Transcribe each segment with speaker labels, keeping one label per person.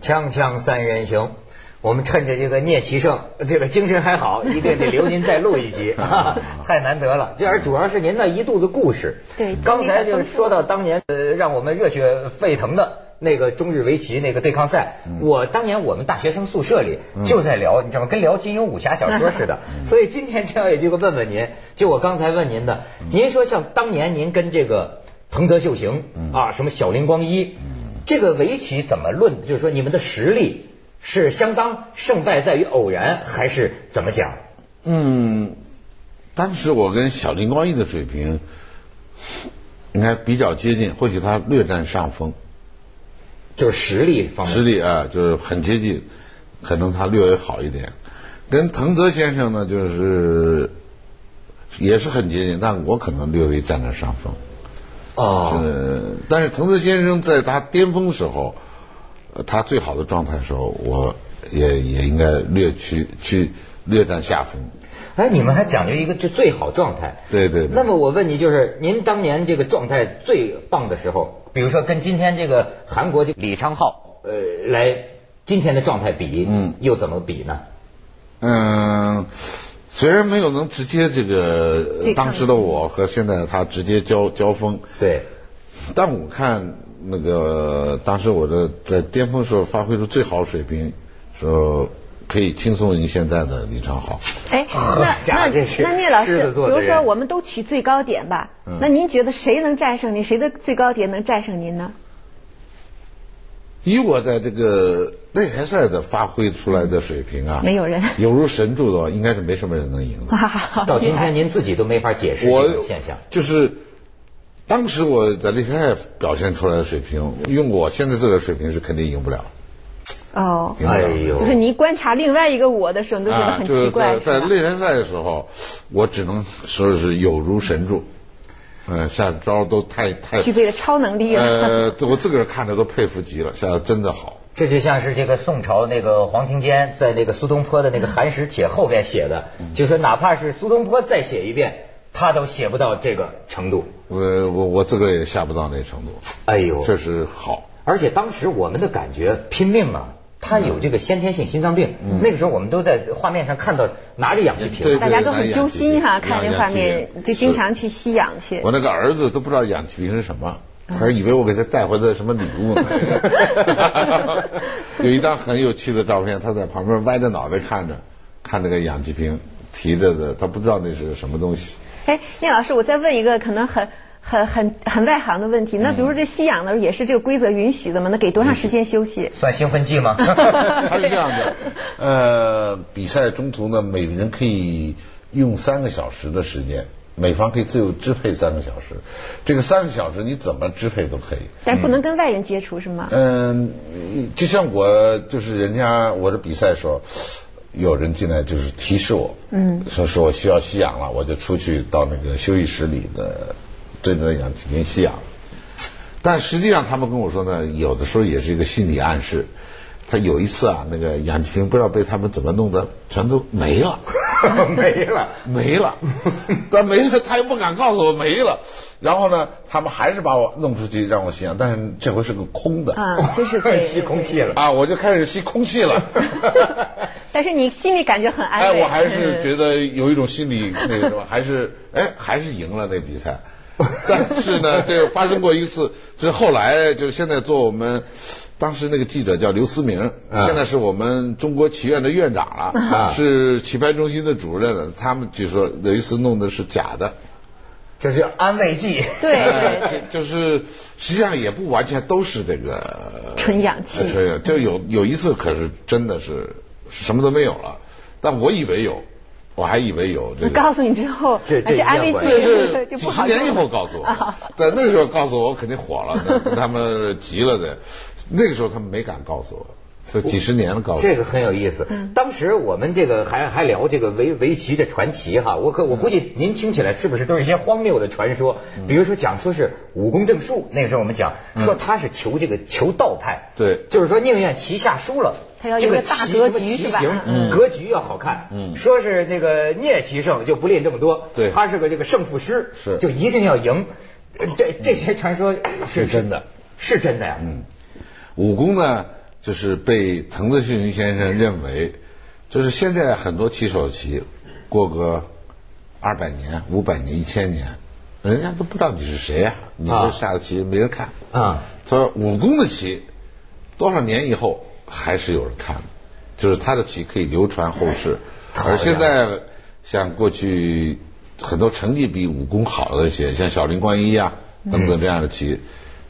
Speaker 1: 锵锵三人行，我们趁着这个聂其胜这个精神还好，一定得留您再录一集，啊太难得了。这而主要是您那一肚子故事。
Speaker 2: 对
Speaker 1: 刚才就是说到当年呃让我们热血沸腾的。那个中日围棋那个对抗赛，
Speaker 3: 嗯
Speaker 1: 我当年我们大学生宿舍里就在聊，你知道吗？跟聊金庸武侠小说似的。
Speaker 3: 嗯
Speaker 1: 所以今天这样也就问问您，就我刚才问您的，
Speaker 3: 嗯
Speaker 1: 您说像当年您跟这个藤泽秀行
Speaker 3: 嗯
Speaker 1: 啊，什么小林光一，这个围棋怎么论？就是说你们的实力是相当，胜败在于偶然，还是怎么讲？
Speaker 3: 嗯，当时我跟小林光一的水平应该比较接近，或许他略占上风，
Speaker 1: 就是实力方面。
Speaker 3: 实力啊就是很接近，可能他略微好一点。跟藤泽先生呢，就是也是很接近，但我可能略微占了上风。
Speaker 1: 哦，
Speaker 3: 是，但是藤泽先生在他巅峰时候，呃他最好的状态时候，我也也应该略去去略占下风。
Speaker 1: 哎，你们还讲究一个这最好状态。
Speaker 3: 对对对。
Speaker 1: 那么我问你，就是您当年这个状态最棒的时候，比如说跟今天这个韩国这个李昌镐，呃，来今天的状态比，
Speaker 3: 嗯
Speaker 1: 又怎么比呢？
Speaker 3: 嗯，虽然没有能直接这个
Speaker 2: 对
Speaker 3: 呃当时的我和现在的他直接交交锋，
Speaker 1: 对，
Speaker 3: 但我看那个当时我的在巅峰时候发挥出最好水平，说可以轻松赢现在的李昌镐。
Speaker 2: 哎，那
Speaker 1: 假
Speaker 2: 那
Speaker 1: 的这是
Speaker 2: 那聂老
Speaker 1: 狮
Speaker 2: 师，
Speaker 1: 子
Speaker 2: 比
Speaker 1: 座的
Speaker 2: 如说
Speaker 1: 人
Speaker 2: 我们都取最高点吧，
Speaker 3: 嗯
Speaker 2: 那您觉得谁能战胜您？谁的最高点能战胜您呢？
Speaker 3: 以我在这个内联赛的发挥出来的水平啊，
Speaker 2: 没有人
Speaker 3: 有如神助的话，应该是没什么人能赢 的。
Speaker 2: 哈哈
Speaker 1: 到
Speaker 2: 厉
Speaker 1: 今
Speaker 2: 害
Speaker 1: 天您自己都没法解释
Speaker 3: 我
Speaker 1: 这种现象。
Speaker 3: 就是当时我在擂台赛表现出来的水平，用我现在这个水平是肯定赢不了。
Speaker 2: 哦，
Speaker 3: 明白了
Speaker 1: 呦
Speaker 2: 就是你观察另外一个我的时候，你都觉得
Speaker 3: 啊，
Speaker 2: 很
Speaker 3: 就是
Speaker 2: 奇怪，
Speaker 3: 在在
Speaker 2: 是吧？
Speaker 3: 擂台赛的时候，我只能说是有如神助，嗯，下招都太太
Speaker 2: 具备了超能力了啊
Speaker 3: 呃，我自个儿看着都佩服极了，下的真的好。
Speaker 1: 这就像是这个宋朝那个黄庭坚在那个苏东坡的那个《寒食帖》后边写的，
Speaker 3: 嗯
Speaker 1: 就说哪怕是苏东坡再写一遍，他都写不到这个程度。
Speaker 3: 我我我自个儿也下不到那程度，
Speaker 1: 哎呦，
Speaker 3: 确实好。
Speaker 1: 而且当时我们的感觉拼命啊，他有这个先天性心脏病，
Speaker 2: 嗯
Speaker 1: 那个时候我们都在画面上看到拿着氧气瓶，
Speaker 3: 对
Speaker 2: 大家都很揪心哈、
Speaker 3: 对对
Speaker 2: 看这画
Speaker 3: 养
Speaker 2: 面
Speaker 3: 养
Speaker 2: 就经常去吸氧去
Speaker 3: 我。那个儿子都不知道氧气瓶是什么，还以为我给他带回的什么礼物 呢。有一张很有趣的照片，他在旁边歪着脑袋看着，看这个氧气瓶提着的，他不知道那是什么东西。
Speaker 2: 哎，聂老师，我再问一个可能很很很很外行的问题，那比如
Speaker 3: 嗯
Speaker 2: 说这吸氧的时候也是这个规则允许的吗？那给多长时间休
Speaker 3: 嗯
Speaker 2: 息？
Speaker 1: 算兴奋剂吗？
Speaker 3: 他是这样的，呃，比赛中途呢，每个人可以用三个小时的时间，每方可以自由支配三个小时。这个三个小时你怎么支配都可以。
Speaker 2: 但不能跟外人接触是吗？
Speaker 3: 嗯，就像我就是人家我的比赛时候，有人进来就是提示我，
Speaker 2: 嗯，
Speaker 3: 说说我需要吸氧了，我就出去到那个休息室里的对着氧气瓶吸氧。但实际上他们跟我说呢，有的时候也是一个心理暗示。他有一次啊，那个氧气瓶不知道被他们怎么弄的，全都 没了。
Speaker 1: 没了。
Speaker 3: 没 了，但没了，他又不敢告诉我没了。然后呢，他们还是把我弄出去让我吸氧，但是这回是个空的
Speaker 2: 啊， 就是对
Speaker 1: 吸空气了。
Speaker 3: 啊，我就开始吸空气 了。
Speaker 2: 但是你心里感觉很安
Speaker 3: 哎，
Speaker 2: 慰。嗯
Speaker 3: 我还是
Speaker 2: 得
Speaker 3: 觉得有一种心理那个什么，还是哎，还是赢了那比赛。 但是呢，这个发生过一次，就是后来就是现在做我们当时那个记者叫刘思明，
Speaker 1: 啊
Speaker 3: 现在是我们中国棋院的院长了，
Speaker 1: 啊
Speaker 3: 是棋牌中心的主任了。他们据说有一次弄的是假的，
Speaker 1: 这是安慰剂。
Speaker 2: 对对
Speaker 3: 呃， 就就是实际上也不完全都是这个
Speaker 2: 纯氧气
Speaker 3: 呃纯氧就有有一次可是真的是什么都没有了，但我以为有，我还以为有这
Speaker 2: 那
Speaker 3: 个。
Speaker 2: 告诉你之后，
Speaker 1: 这这
Speaker 2: 哎安慰
Speaker 1: 这
Speaker 3: 这
Speaker 2: 剂
Speaker 3: 是
Speaker 2: 就
Speaker 3: 几
Speaker 2: 不
Speaker 3: 十
Speaker 2: 好
Speaker 3: 年以
Speaker 2: 用
Speaker 3: 后告诉我
Speaker 2: 啊，
Speaker 3: 在那个时候告诉我，我肯定火了，那跟他们急了的。那个时候他们没敢告诉我，就几十年了告诉 我
Speaker 1: 这。个很有意思。
Speaker 2: 嗯
Speaker 1: 当时我们这个还还聊这个围围棋的传奇哈，我可我估计您听起来是不是都是一些荒谬的传说？
Speaker 2: 嗯
Speaker 1: 比如说讲说是武功正术，那个时候我们讲说他是求这个求道派，
Speaker 3: 对
Speaker 1: 就是说宁愿棋下输了，
Speaker 2: 他要一
Speaker 1: 这
Speaker 2: 个
Speaker 1: 棋
Speaker 2: 大格
Speaker 1: 什么
Speaker 2: 局
Speaker 1: 棋
Speaker 2: 是吧
Speaker 1: 形
Speaker 2: 嗯
Speaker 1: 格局要好看。
Speaker 3: 嗯
Speaker 1: 说是那个聂棋圣就不吝这么多，
Speaker 3: 对
Speaker 1: 他是个这个胜负师，
Speaker 3: 是嗯
Speaker 1: 就一定要赢。呃这这些传说是
Speaker 3: 是真的，嗯
Speaker 1: 是真的呀。
Speaker 3: 武功呢，就是被藤子秀明先生认为，就是现在很多骑手棋过个二百年、五百年、一千年，人家都不知道你是谁呀、你
Speaker 1: 啊
Speaker 3: 这下的棋没人看。
Speaker 1: 啊，
Speaker 3: 他说武功的棋多少年以后还是有人看的，就是他的棋可以流传后世。
Speaker 1: 讨厌
Speaker 3: 而现在像过去很多成绩比武功好的一些，像小林观一啊等等这样的棋，
Speaker 1: 嗯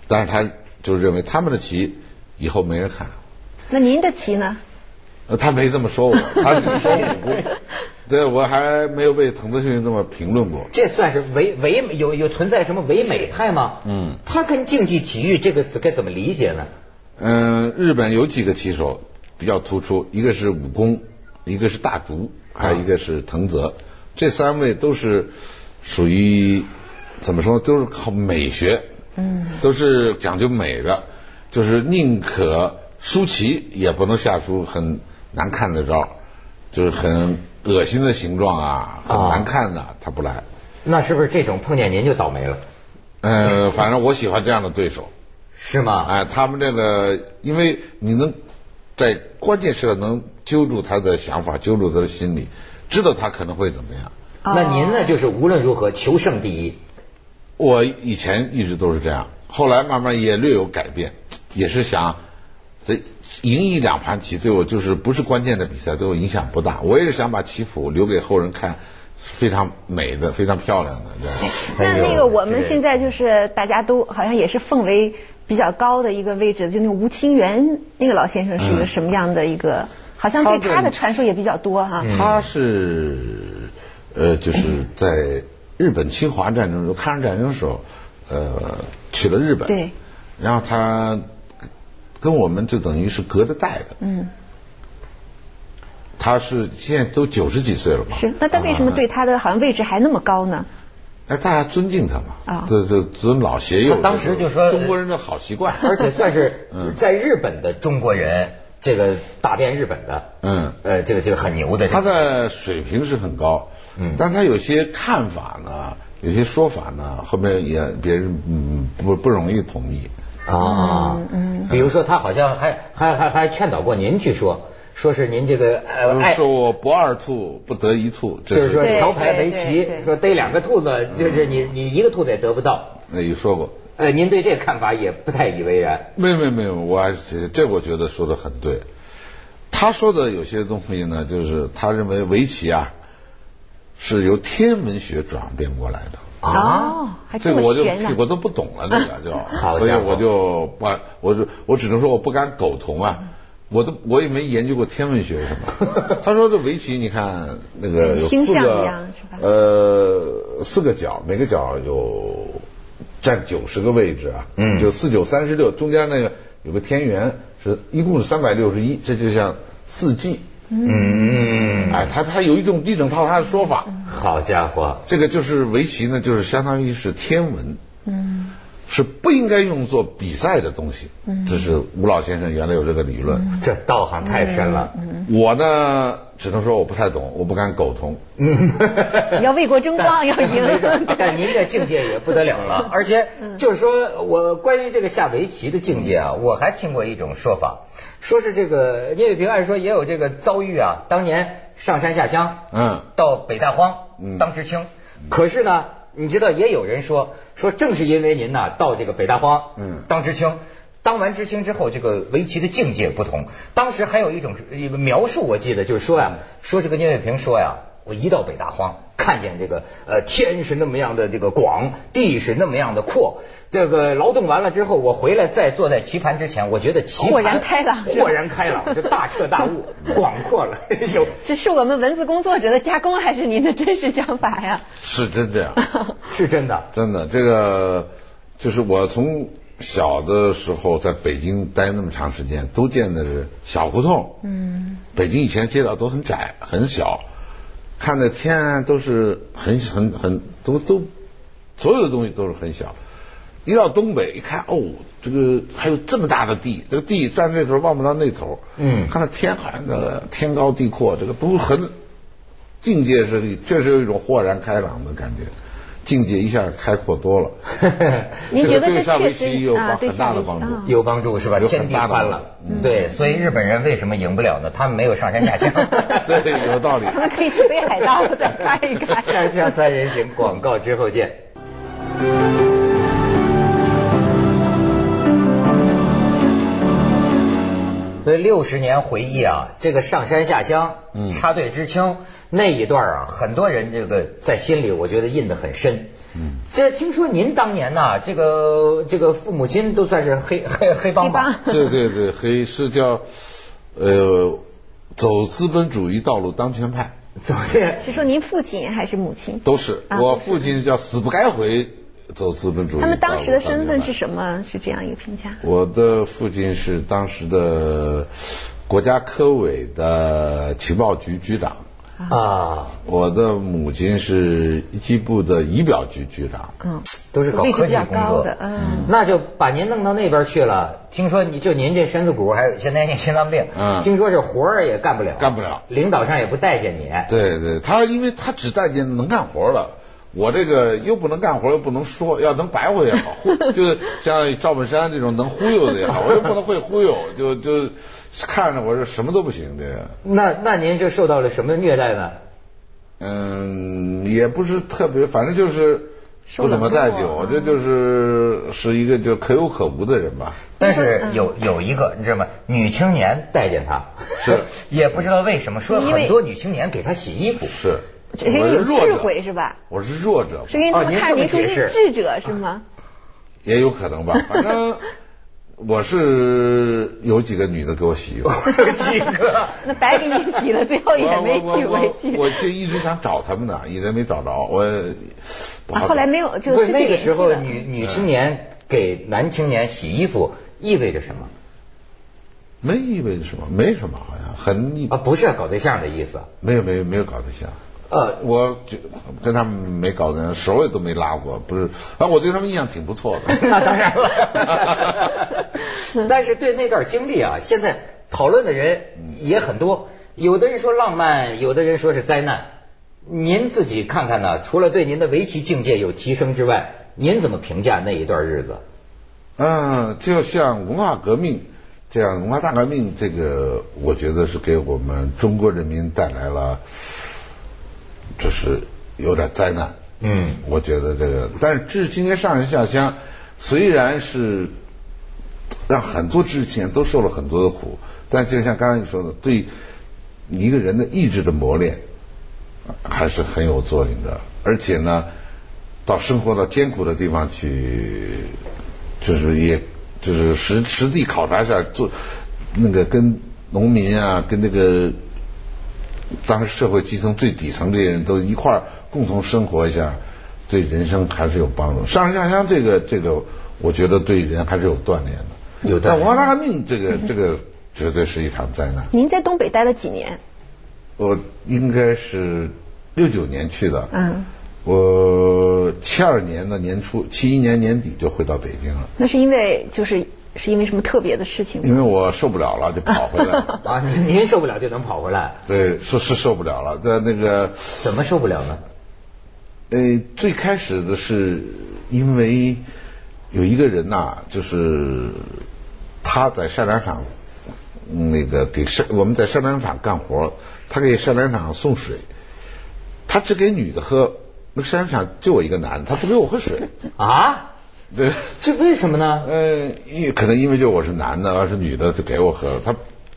Speaker 3: 但是他就认为他们的棋以后没人看。
Speaker 2: 那您的棋呢？
Speaker 3: 呃，他没这么说我，他只说武功。 对，我还没有被藤子秀这么评论过。
Speaker 1: 这算是唯唯有有存在什么唯美派吗？
Speaker 3: 嗯，
Speaker 1: 它跟竞技体育这个词该怎么理解呢？
Speaker 3: 嗯，日本有几个棋手比较突出，一个是武功，一个是大竹，还有一个是藤泽，这三位都是属于怎么说，都是靠美学，嗯，都是讲究美的，就是宁可输棋也不能下出很难看的招，就是很恶心的形状啊，很
Speaker 1: 啊
Speaker 3: 难看的、他不来。
Speaker 1: 那是不是这种碰见您就倒霉了？
Speaker 3: 呃，反正我喜欢这样的对手。
Speaker 1: 是吗？
Speaker 3: 哎，他们这个，因为你能在关键时刻能揪住他的想法，揪住他的心理，知道他可能会怎么样。
Speaker 1: 那您呢？就是无论如何求胜第一。
Speaker 3: 我以前一直都是这样，后来慢慢也略有改变，也是想这赢一两盘棋对我就是不是关键的比赛对我影响不大，我也是想把棋谱留给后人看，是非常美的，非常漂亮的这样。
Speaker 2: 那那个我们
Speaker 1: 这
Speaker 2: 现在就是大家都好像也是奉为比较高的一个位置，就那个吴清源那个老先生
Speaker 1: 嗯
Speaker 2: 是一个什么样的一个？好像对他的传说也比较多哈、
Speaker 1: 嗯
Speaker 3: 他是呃，就是在日本侵华战争的时候、抗日战争的时候，呃，去了日本。
Speaker 2: 对。
Speaker 3: 然后他跟我们就等于是隔着代的。
Speaker 2: 嗯，
Speaker 3: 他是现在都九十几岁了嘛？
Speaker 2: 是。那他为什么对他的好像位置还那么高呢？
Speaker 3: 哎，大家尊敬他嘛？
Speaker 2: 啊
Speaker 3: 这这尊老携幼
Speaker 1: 那，当时就说
Speaker 3: 中国人的好习惯。
Speaker 1: 而且算是
Speaker 3: 嗯
Speaker 1: 在日本的中国人，这个打遍日本的，
Speaker 3: 嗯
Speaker 1: 呃，这个这个很牛的。
Speaker 3: 他的水平是很高，
Speaker 1: 嗯
Speaker 3: 但他有些看法呢，有些说法呢，后面也别人嗯不不容易同意。
Speaker 1: 啊，
Speaker 2: 嗯
Speaker 1: 比如说他好像还还还还劝导过您，据说说是您这个呃
Speaker 3: 就是
Speaker 1: 爱，
Speaker 3: 嗯说我不二兔不得一兔，这哎
Speaker 1: 就是说
Speaker 2: 对
Speaker 1: 桥牌围
Speaker 2: 对对
Speaker 1: 棋，
Speaker 2: 对
Speaker 1: 说逮两个兔子，就是你你一个兔子也得不到。
Speaker 3: 那有说过。
Speaker 1: 呃，您对这个看法也不太以为然。
Speaker 3: 没有没有没有，我还是这我觉得说的很对。他说的有些东西呢，就是他认为围棋啊是由天文学转变过来的，
Speaker 1: 啊
Speaker 2: 哦，还
Speaker 3: 这
Speaker 2: 这
Speaker 3: 个
Speaker 2: 么
Speaker 3: 我就
Speaker 2: 悬呢、
Speaker 3: 我都不懂了，这个
Speaker 1: 好
Speaker 3: 就，所以
Speaker 1: 家伙
Speaker 3: 我就不，我就我只能说我不敢苟同
Speaker 2: 嗯
Speaker 3: 啊。我都我也没研究过天文学 什么。他说这围棋，你看那个有
Speaker 2: 嗯星
Speaker 3: 四
Speaker 2: 象一
Speaker 3: 个
Speaker 2: 样是吧
Speaker 3: 呃四个角，每个角有占九十个位置啊，
Speaker 1: 嗯
Speaker 3: 就四九三十六，中间那个有个天元是一共是三百六十一，这就像四季。
Speaker 1: 嗯，
Speaker 3: 哎，他他有一种一整套他的说法。
Speaker 2: 嗯
Speaker 1: 好家伙，
Speaker 3: 这个就是围棋呢，就是相当于是天文，嗯，是不应该用作比赛的东西。嗯，这是吴老先生原来有这个理论。
Speaker 1: 这道行太深了。
Speaker 2: 嗯
Speaker 3: 我呢，只能说我不太懂，我不敢苟同。
Speaker 1: 嗯，
Speaker 2: 你要为国争光，要赢。嗯
Speaker 1: 没 错，但您这境界也不得了了，而且就是说我关于这个下围棋的境界啊，我还听过一种说法，说是这个聂卫平按说也有这个遭遇啊，当年上山下乡，
Speaker 3: 嗯
Speaker 1: 到北大荒
Speaker 3: 嗯
Speaker 1: 当知青，可是呢，你知道也有人说说正是因为您呐、到这个北大荒，
Speaker 3: 嗯
Speaker 1: 当知青。当完知青之后，这个围棋的境界不同。当时还有一种一个描述，我记得就是说呀，说这个聂卫平说呀，我一到北大荒，看见这个呃天是那么样的这个广，地是那么样的阔，这个劳动完了之后，我回来再坐在棋盘之前，我觉得棋盘
Speaker 2: 豁然开朗是吧
Speaker 1: 豁然开朗，就大彻大悟，广阔了。 有
Speaker 2: 这是我们文字工作者的加工，还是您的真实想法呀？
Speaker 3: 是真这 样，
Speaker 1: 是真的，
Speaker 3: 真的，这个就是我从小的时候在北京待那么长时间，都见的是小胡同。嗯，北京以前街道都很窄很小，看的天啊都是很很很都都所有的东西都是很小。一到东北一看，哦，这个还有这么大的地，这个地站那头望不到那头，
Speaker 1: 嗯
Speaker 3: 看到天好像那个天高地阔，这个都很境界是确实有一种豁然开朗的感觉。境界一下开阔多了。
Speaker 2: 您觉得
Speaker 3: 这个对
Speaker 2: 这
Speaker 3: 下
Speaker 2: 确
Speaker 3: 围
Speaker 2: 实
Speaker 3: 棋有
Speaker 2: 啊对
Speaker 3: 很大
Speaker 2: 下
Speaker 3: 的
Speaker 2: 围棋
Speaker 3: 帮助。
Speaker 2: 啊
Speaker 1: 有帮助是吧？
Speaker 3: 有
Speaker 1: 天
Speaker 3: 很
Speaker 1: 地
Speaker 3: 大的
Speaker 1: 宽
Speaker 3: 帮
Speaker 1: 了
Speaker 3: 助，嗯
Speaker 1: 对，所以日本人为什么赢不了呢？他们没有上山下乡。
Speaker 3: 对，有道理。
Speaker 2: 他们可以去北海道再看一看。
Speaker 1: 山下三人行，广告之后见。所以六十年回忆啊，这个上山下乡、
Speaker 3: 嗯
Speaker 1: 插队知青那一段啊，很多人这个在心里，我觉得印得很深。
Speaker 3: 嗯
Speaker 1: 这听说您当年呐、这个这个父母亲都算是黑黑黑帮吧？
Speaker 3: 对对对，黑是叫呃走资本主义道路当权派，
Speaker 1: 怎么这
Speaker 2: 是说您父亲还是母亲？
Speaker 3: 都是。
Speaker 2: 啊
Speaker 3: 我
Speaker 2: 都是
Speaker 3: 父亲叫死不该回走资本主义。
Speaker 2: 他们当时的身份是
Speaker 3: 什
Speaker 2: 什么？是这样一个评价？
Speaker 3: 我的父亲是当时的国家科委的情报局局长，
Speaker 1: 啊，
Speaker 3: 我的母亲是一机部的仪表局局长。
Speaker 2: 嗯，
Speaker 1: 都是搞
Speaker 2: 位置
Speaker 1: 科
Speaker 2: 比
Speaker 1: 技
Speaker 2: 较
Speaker 1: 工作
Speaker 2: 高的，嗯，
Speaker 1: 那就把您弄到那边去了。听说你就您这身子骨，还有现在那心脏病，
Speaker 3: 嗯
Speaker 1: 听说是活儿也干不了，
Speaker 3: 干不了
Speaker 1: 领导上也不待见你。
Speaker 3: 对对，他因为他只待见能干活了，我这个又不能干活，又不能说，要能白活也好， 忽就像赵本山这种能忽悠的也好，我又不能会忽悠，就就看着我这什么都不行，这个，
Speaker 1: 那那您就受到了什么虐待呢？
Speaker 3: 嗯，也不是特别，反正就是不怎么待见我，这就是是一个就可有可无的人吧。
Speaker 1: 但是
Speaker 2: 嗯
Speaker 1: 有有一个，你知道吗？女青年待见他，
Speaker 3: 是
Speaker 1: 也不知道为什么，说
Speaker 2: 因为
Speaker 1: 很多女青年给他洗 衣服。
Speaker 3: 是，
Speaker 2: 这是
Speaker 3: 我
Speaker 2: 有
Speaker 3: 弱
Speaker 2: 智
Speaker 3: 者，
Speaker 2: 慧是吧？
Speaker 3: 我是弱者，
Speaker 2: 是因为他们看着您说是智者是吗？
Speaker 3: 也有可能吧，反正我是有几个女的给我洗衣服。
Speaker 1: 几个？
Speaker 2: 那白给你洗了，最后也没去
Speaker 3: 我
Speaker 2: 回
Speaker 3: 我我
Speaker 2: 去。
Speaker 3: 我就一直想找他们呢，一直没找着，我不好
Speaker 2: 啊
Speaker 3: 找
Speaker 2: 后来没有，就
Speaker 1: 不是
Speaker 2: 失去
Speaker 1: 那个
Speaker 2: 联系
Speaker 1: 时候，
Speaker 2: 了。
Speaker 1: 女女青年给男青年洗衣服意味着什么
Speaker 3: 没意味着什么，没什么，好像 很
Speaker 1: 啊？不是搞对象的意思。
Speaker 3: 没有没有没有搞对象，
Speaker 1: 呃，。
Speaker 3: 我就跟他们没搞对象，手也都没拉过，不是，啊，我对他们印象挺不错的
Speaker 1: 那当然了。但是对那段经历啊，现在讨论的人也很多，有的人说浪漫，有的人说是灾难。您自己看看呢，除了对您的围棋境界有提升之外，您怎么评价那一段日子？
Speaker 3: 嗯，就像文化革命这样，文化大革命这个，我觉得是给我们中国人民带来了，就是有点灾难。
Speaker 1: 嗯
Speaker 3: 我觉得这个，但是至今天上山下乡，虽然是让很多知青都受了很多的苦，但就像刚才你说的，对一个人的意志的磨练啊还是很有作用的。而且呢，到生活到艰苦的地方去，就是也就是实实地考察一下，做那个跟农民啊，跟那个当时社会基层最底层这些人都一块儿共同生活一下，对人生还是有帮助。上山下乡这个这个，我觉得对人还是有锻炼的。
Speaker 1: 有锻炼。
Speaker 3: 但文化大革命这个这个绝对是一场灾难。
Speaker 2: 您在东北待了几年？
Speaker 3: 我应该是六九年去的，
Speaker 2: 嗯，
Speaker 3: 我七二年的年初，七一年年底就回到北京了，
Speaker 2: 那是因为就是是因为什么特别的事情
Speaker 3: 因
Speaker 2: 吗？
Speaker 3: 为我受不了了，就跑回来了
Speaker 1: 啊，您您受不了就能跑回来，
Speaker 3: 对，说是受不了了，在那个
Speaker 1: 怎么受不了呢？
Speaker 3: 呃，最开始的是因为有一个人呐、就是他在晒粮场，嗯那个给晒我们在晒粮场干活，他给晒粮场送水，他只给女的喝，那晒粮场就我一个男的，他不给我喝水，
Speaker 1: 啊，
Speaker 3: 对，
Speaker 1: 这为什么呢？
Speaker 3: 呃，因可能因为就我是男的，要是女的就给我喝，他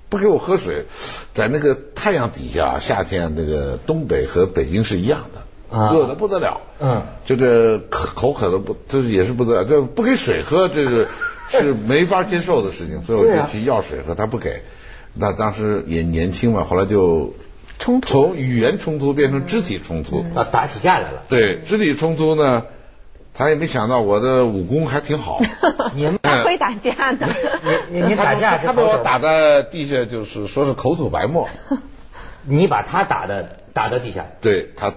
Speaker 3: 不给我喝水，在那个太阳底下，夏天那个东北和北京是一样的，
Speaker 1: 啊
Speaker 3: 热的不得了。
Speaker 1: 嗯，
Speaker 3: 这个口口渴的不，这也是不得了，这不给水喝，这 是是没法接受的事情，所以我
Speaker 1: 对啊
Speaker 3: 就去要水喝，他不给。那当时也年轻嘛，后来就
Speaker 2: 冲突
Speaker 3: 从语言冲突变成肢体冲突。
Speaker 1: 啊，打起架来了。
Speaker 3: 对，肢体冲突呢，他也没想到我的武功还 挺好。
Speaker 1: 您
Speaker 2: 还会打架呢。
Speaker 3: 嗯
Speaker 1: 您您您打架是
Speaker 3: 他把
Speaker 1: 好
Speaker 3: 我
Speaker 1: 手
Speaker 3: 打在地下，就是说是口吐白 沫。
Speaker 1: 你把他打的打到地下。
Speaker 3: 对他，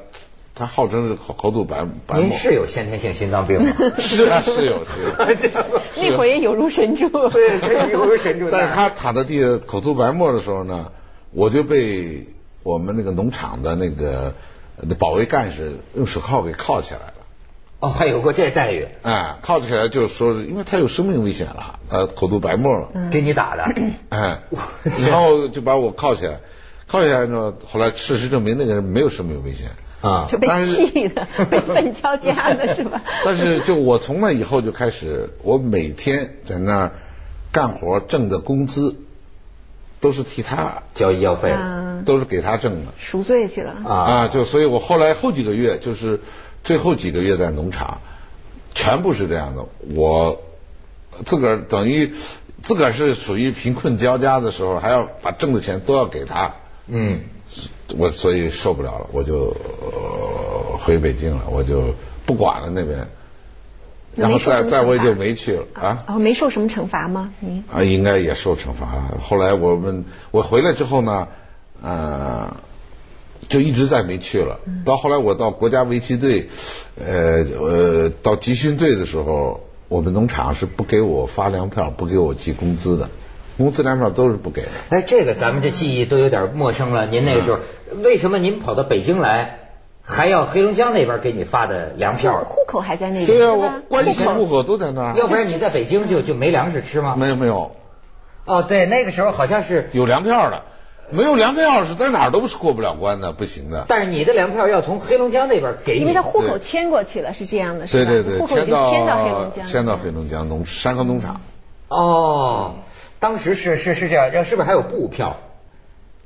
Speaker 3: 他号称是口口吐白白沫。
Speaker 1: 您是有先天性心脏病吗？
Speaker 3: 是啊，是有是有。
Speaker 1: 这样吧
Speaker 2: 那会儿也有如神助。
Speaker 1: 对，他有个神助
Speaker 3: 但是
Speaker 1: 他
Speaker 3: 他躺在地下口吐白沫的时候呢，我就被我们那个农场的那个呃保卫干事用手铐给铐起来了。
Speaker 1: 哦，还有过这待遇，
Speaker 3: 哎，铐起来就是说是，因为他有生命危险了，他口吐白沫了，
Speaker 1: 给你 打的，
Speaker 3: 哎，然后就把我铐起来，铐起来之后，后来事实证明那个人没有生命危险，
Speaker 1: 啊
Speaker 2: 就被
Speaker 3: 但是
Speaker 2: 气的，被粉交加的是吧？
Speaker 3: 但是就我从那以后就开始，我每天在那儿干活挣的工资都是替他，
Speaker 1: 交医药费
Speaker 2: 嗯，
Speaker 3: 都是给他挣的
Speaker 2: 赎罪去了。
Speaker 1: 啊，
Speaker 3: 就所以我后来后几个月就是最后几个月在农场，全部是这样的，我自个儿等于自个儿是属于贫困交加的时候，还要把挣的钱都要给他。
Speaker 1: 嗯，
Speaker 3: 我所以受不了了，我就、呃回北京了，我就不管了那边，然后
Speaker 2: 没受
Speaker 3: 再
Speaker 2: 什么
Speaker 3: 再
Speaker 2: 惩
Speaker 3: 我也就
Speaker 2: 罚
Speaker 3: 没去了啊
Speaker 2: 然后哦没受什么惩罚吗？你
Speaker 3: 啊，应该也受惩罚了。后来我们我回来之后呢，呃，就一直再没去了。
Speaker 2: 嗯
Speaker 3: 到后来我到国家围棋队，呃呃，到集训队的时候，我们农场是不给我发粮票，不给我记工资的，工资粮票都是不给的。
Speaker 1: 哎，这个咱们这记忆都有点陌生了。您那个时候，为什么您跑到北京来，还要黑龙江那边给你发的粮
Speaker 2: 户
Speaker 1: 票？
Speaker 2: 户口还在那边
Speaker 3: 对啊，
Speaker 2: 是
Speaker 3: 我
Speaker 2: 吧
Speaker 3: 关
Speaker 2: 户
Speaker 3: 系户
Speaker 2: 口
Speaker 3: 口都在那儿。
Speaker 1: 要不然你在北京就就没粮食吃吗？
Speaker 3: 没有没有，
Speaker 1: 哦，对，那个时候好像是，
Speaker 3: 有粮票的，没有粮票是在哪儿都是过不了关的，不行的。
Speaker 1: 但是你的粮票要从黑龙江那边给
Speaker 2: 因为
Speaker 1: 你
Speaker 2: 他。户口
Speaker 3: 对
Speaker 2: 迁过去了，是这样的，是
Speaker 3: 对
Speaker 2: 吧？
Speaker 3: 对对，
Speaker 2: 户口已
Speaker 3: 迁
Speaker 2: 经迁到黑
Speaker 3: 到
Speaker 2: 龙江了，
Speaker 3: 迁到黑龙江农山河农场
Speaker 1: 哦，当时是是是这样，是不是还有布票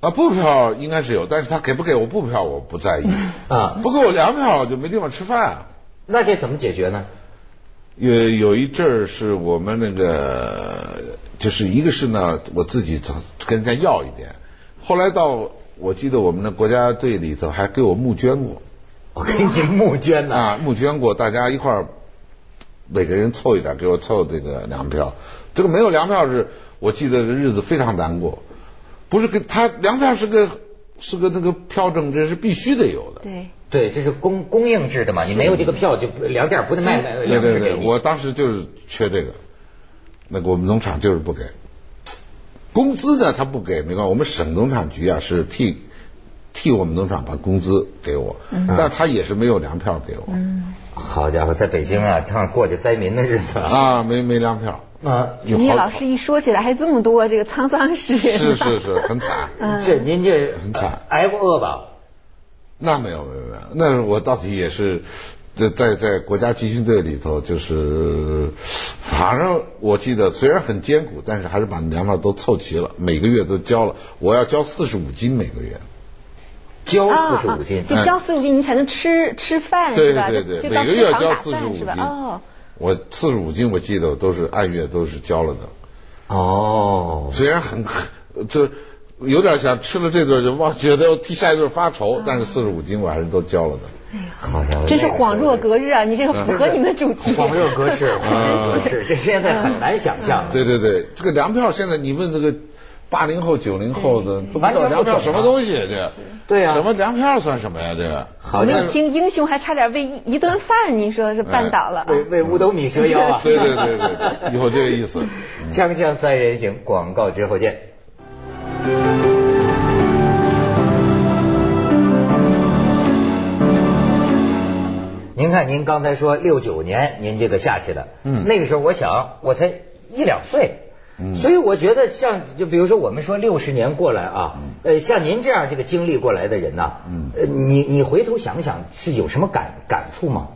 Speaker 3: 啊，布票应该是有，但是他给不给我布票我不在意，
Speaker 1: 啊？
Speaker 3: 不给我粮票我就没地方吃饭、啊。
Speaker 1: 那这怎么解决呢？
Speaker 3: 有有一阵儿是我们那个，就是一个是呢，我自己跟人家要一点，后来到我记得我们的国家队里头还给我募捐过，
Speaker 1: 我给你募捐 呢。
Speaker 3: 啊，募捐过，大家一块儿每个人凑一点，给我凑这个粮票。这个没有粮票是，我记得日子非常难过。不是给他粮票是个是个那个票证，这是必须得有的。
Speaker 2: 对，
Speaker 1: 对，这是供供应制的嘛，你没有这个票就粮店不能卖卖
Speaker 3: 对
Speaker 1: 粮
Speaker 3: 嗯对
Speaker 1: 食
Speaker 3: 对，
Speaker 1: 给你。
Speaker 3: 我当时就是缺这个，那个我们农场就是不给。工资呢，他不给没关系，我们省农场局啊是替替我们农场把工资给我，但他也是没有粮票给我、
Speaker 1: 好家伙，在北京啊，这样过着灾民的日子啊。
Speaker 3: 啊，没没粮票。
Speaker 1: 啊，
Speaker 3: 有
Speaker 2: 你
Speaker 3: 好
Speaker 2: 老师一说起来还这么多这个沧桑史，
Speaker 3: 是是是，很惨。
Speaker 1: 啊这您这哎
Speaker 3: 很惨
Speaker 1: 挨过饿吧？
Speaker 3: 那没有没有没有，那我到底也是在在在国家集训队里头，就是反正我记得虽然很艰苦，但是还是把粮票都凑齐了，每个月都交了。我要交四十五斤每个月，
Speaker 1: 交四十五
Speaker 3: 啊
Speaker 1: 斤，
Speaker 2: 啊得交四十五斤你才能吃吃饭
Speaker 3: 对
Speaker 2: 是吧？
Speaker 3: 对
Speaker 2: 就
Speaker 3: 对
Speaker 2: 就
Speaker 3: 每
Speaker 2: 当
Speaker 3: 个
Speaker 2: 食
Speaker 3: 月
Speaker 2: 堂
Speaker 3: 交
Speaker 2: 打
Speaker 3: 45
Speaker 2: 饭是吧？
Speaker 3: 斤
Speaker 2: 哦，
Speaker 3: 我四十五斤我记得我都是按月都是交了的，
Speaker 1: 哦，
Speaker 3: 虽然很就有点想吃了这顿就忘，觉得替下一顿发愁，但是四十五斤我还是都交了的。
Speaker 1: 好家伙，
Speaker 2: 真是
Speaker 1: 那个
Speaker 2: 恍若隔日啊！你这个符合你们的主 题。
Speaker 1: 恍若隔 世，
Speaker 3: 嗯
Speaker 1: 恍若隔世，这现在很难想象。
Speaker 3: 对对对，这个粮票现在你问这个八零后、九零后的都不知道粮票什么东西，这
Speaker 1: 对啊
Speaker 3: 什么粮票算什么呀？这个
Speaker 1: 好家
Speaker 2: 你
Speaker 1: 伙，
Speaker 2: 听英雄还差点为一一顿饭，你说是绊倒了啊。
Speaker 1: 为为五斗米折腰啊！
Speaker 3: 对对对对对， 有这个意思。
Speaker 1: 锵锵三人行，广告之后见。您看，您刚才说六九年您这个下去的，
Speaker 3: 嗯
Speaker 1: 那个时候我想我才一两岁，所以我觉得像就比如说我们说六十年过来啊，呃，像您这样这个经历过来的人呐、
Speaker 3: 嗯
Speaker 1: 呃，你你回头想想是有什么感感触吗？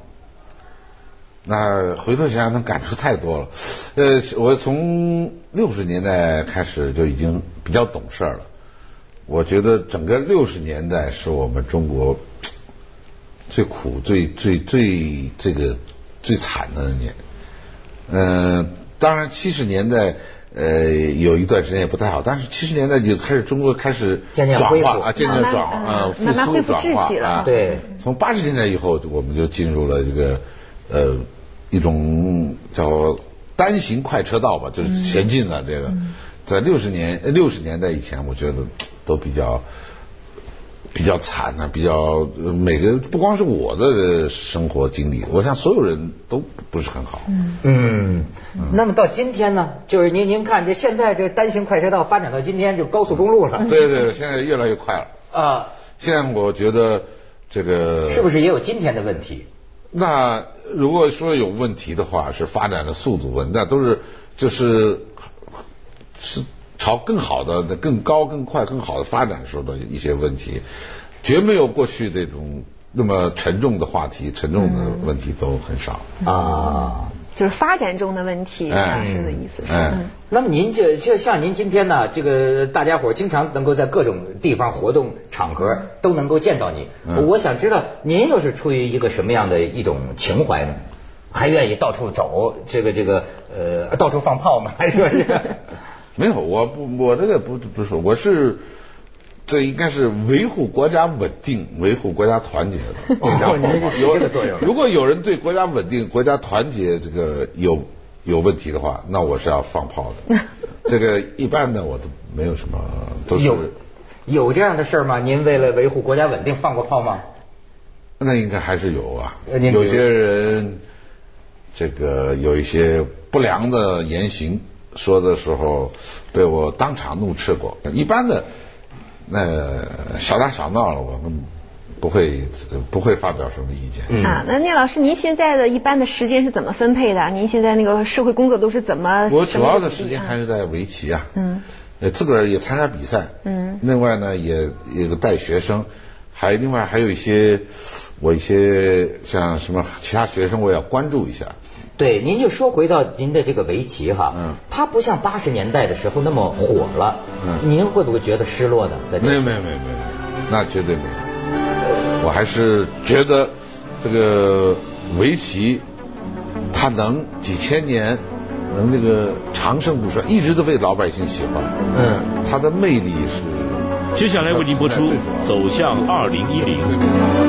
Speaker 3: 那回头想想，能感触太多了。呃，我从六十年代开始就已经比较懂事儿了。我觉得整个六十年代是我们中国最苦、最最最这个最惨的年。嗯，当然七十年代呃有一段时间也不太好，但是七十年代就开始中国开始
Speaker 1: 渐
Speaker 3: 转
Speaker 1: 渐
Speaker 3: 化
Speaker 1: 恢复
Speaker 3: 啊，渐渐
Speaker 2: 慢慢
Speaker 3: 转化
Speaker 2: 嗯
Speaker 3: 呃复
Speaker 2: 慢慢恢
Speaker 3: 苏
Speaker 2: 复
Speaker 3: 转
Speaker 2: 秩
Speaker 3: 化
Speaker 2: 序了
Speaker 3: 啊
Speaker 2: 嗯，
Speaker 1: 对，
Speaker 3: 从八十年代以后，我们就进入了这个呃一种叫单行快车道吧，就是前进了。这个
Speaker 2: 嗯
Speaker 3: 在六十年六十年代以前，我觉得都比较比较惨啊，比较呃每个不光是我的生活经历，我想所有人都不是很好。
Speaker 1: 嗯，那么到今天呢，就是您您看这现在这单行快车道发展到今天就高速公路了
Speaker 3: 对对对，现在越来越快了。
Speaker 1: 啊，
Speaker 3: 现在我觉得这个
Speaker 1: 是不是也有今天的问题？
Speaker 3: 那如果说有问题的话，是发展的速度问题，那都是就是是朝更好的、更高、更快、更好的发展时候的一些问题，绝没有过去那种那么沉重的话题、沉重的
Speaker 2: 嗯
Speaker 3: 问题都很少。
Speaker 1: 啊。
Speaker 2: 就是发展中的问题，
Speaker 3: 哎
Speaker 2: 老师的意嗯思是，
Speaker 3: 哎
Speaker 2: 嗯，
Speaker 1: 那么您这就像您今天呢，这个大家伙儿经常能够在各种地方活动场合都能够见到你，
Speaker 3: 嗯
Speaker 1: 我想知道您又是出于一个什么样的一种情怀呢？还愿意到处走，这个这个呃，到处放炮吗？ 还是
Speaker 3: 没有，我不，我这个不不是，我是这应该是维护国家稳定、维护国家团结的。
Speaker 1: 哦您是起这个作用
Speaker 3: 如果有人对国家稳定、国家团结这个有有问题的话，那我是要放炮 的。这个一般的我都没有什么，都是
Speaker 1: 有有这样的事儿吗？您为了维护国家稳定放过炮吗？
Speaker 3: 那应该还是有啊。
Speaker 1: 呃您比如
Speaker 3: 有些人这个有一些不良的言行，说的时候被我当场怒斥过。一般的那、小打小闹了，我们不会不会发表什么意见。
Speaker 1: 嗯
Speaker 2: 啊，那聂老师，您现在的一般的时间是怎么分配的？啊您现在那个社会工作都是怎么？
Speaker 3: 我主要的
Speaker 2: 什
Speaker 3: 时
Speaker 2: 么
Speaker 3: 间
Speaker 2: 啊
Speaker 3: 还是在围棋啊，
Speaker 2: 嗯，
Speaker 3: 呃，自个儿也参加比赛，
Speaker 2: 嗯，
Speaker 3: 另外呢也也带学生，还另外还有一些我一些像什么其他学生，我也要关注一下，
Speaker 1: 对，您就说回到您的这个围棋哈，
Speaker 3: 嗯
Speaker 1: 它不像八十年代的时候那么火了，
Speaker 3: 嗯
Speaker 1: 您会不会觉得失落呢？在这
Speaker 3: 没
Speaker 1: 个
Speaker 3: 有没有没有没有，那绝对没有。我还是觉得这个围棋，它能几千年，能这个长盛不衰，一直都被老百姓喜欢，
Speaker 1: 嗯。
Speaker 3: 它的魅力是。
Speaker 4: 接下来为您播出《走向二零一零》。
Speaker 3: 对对对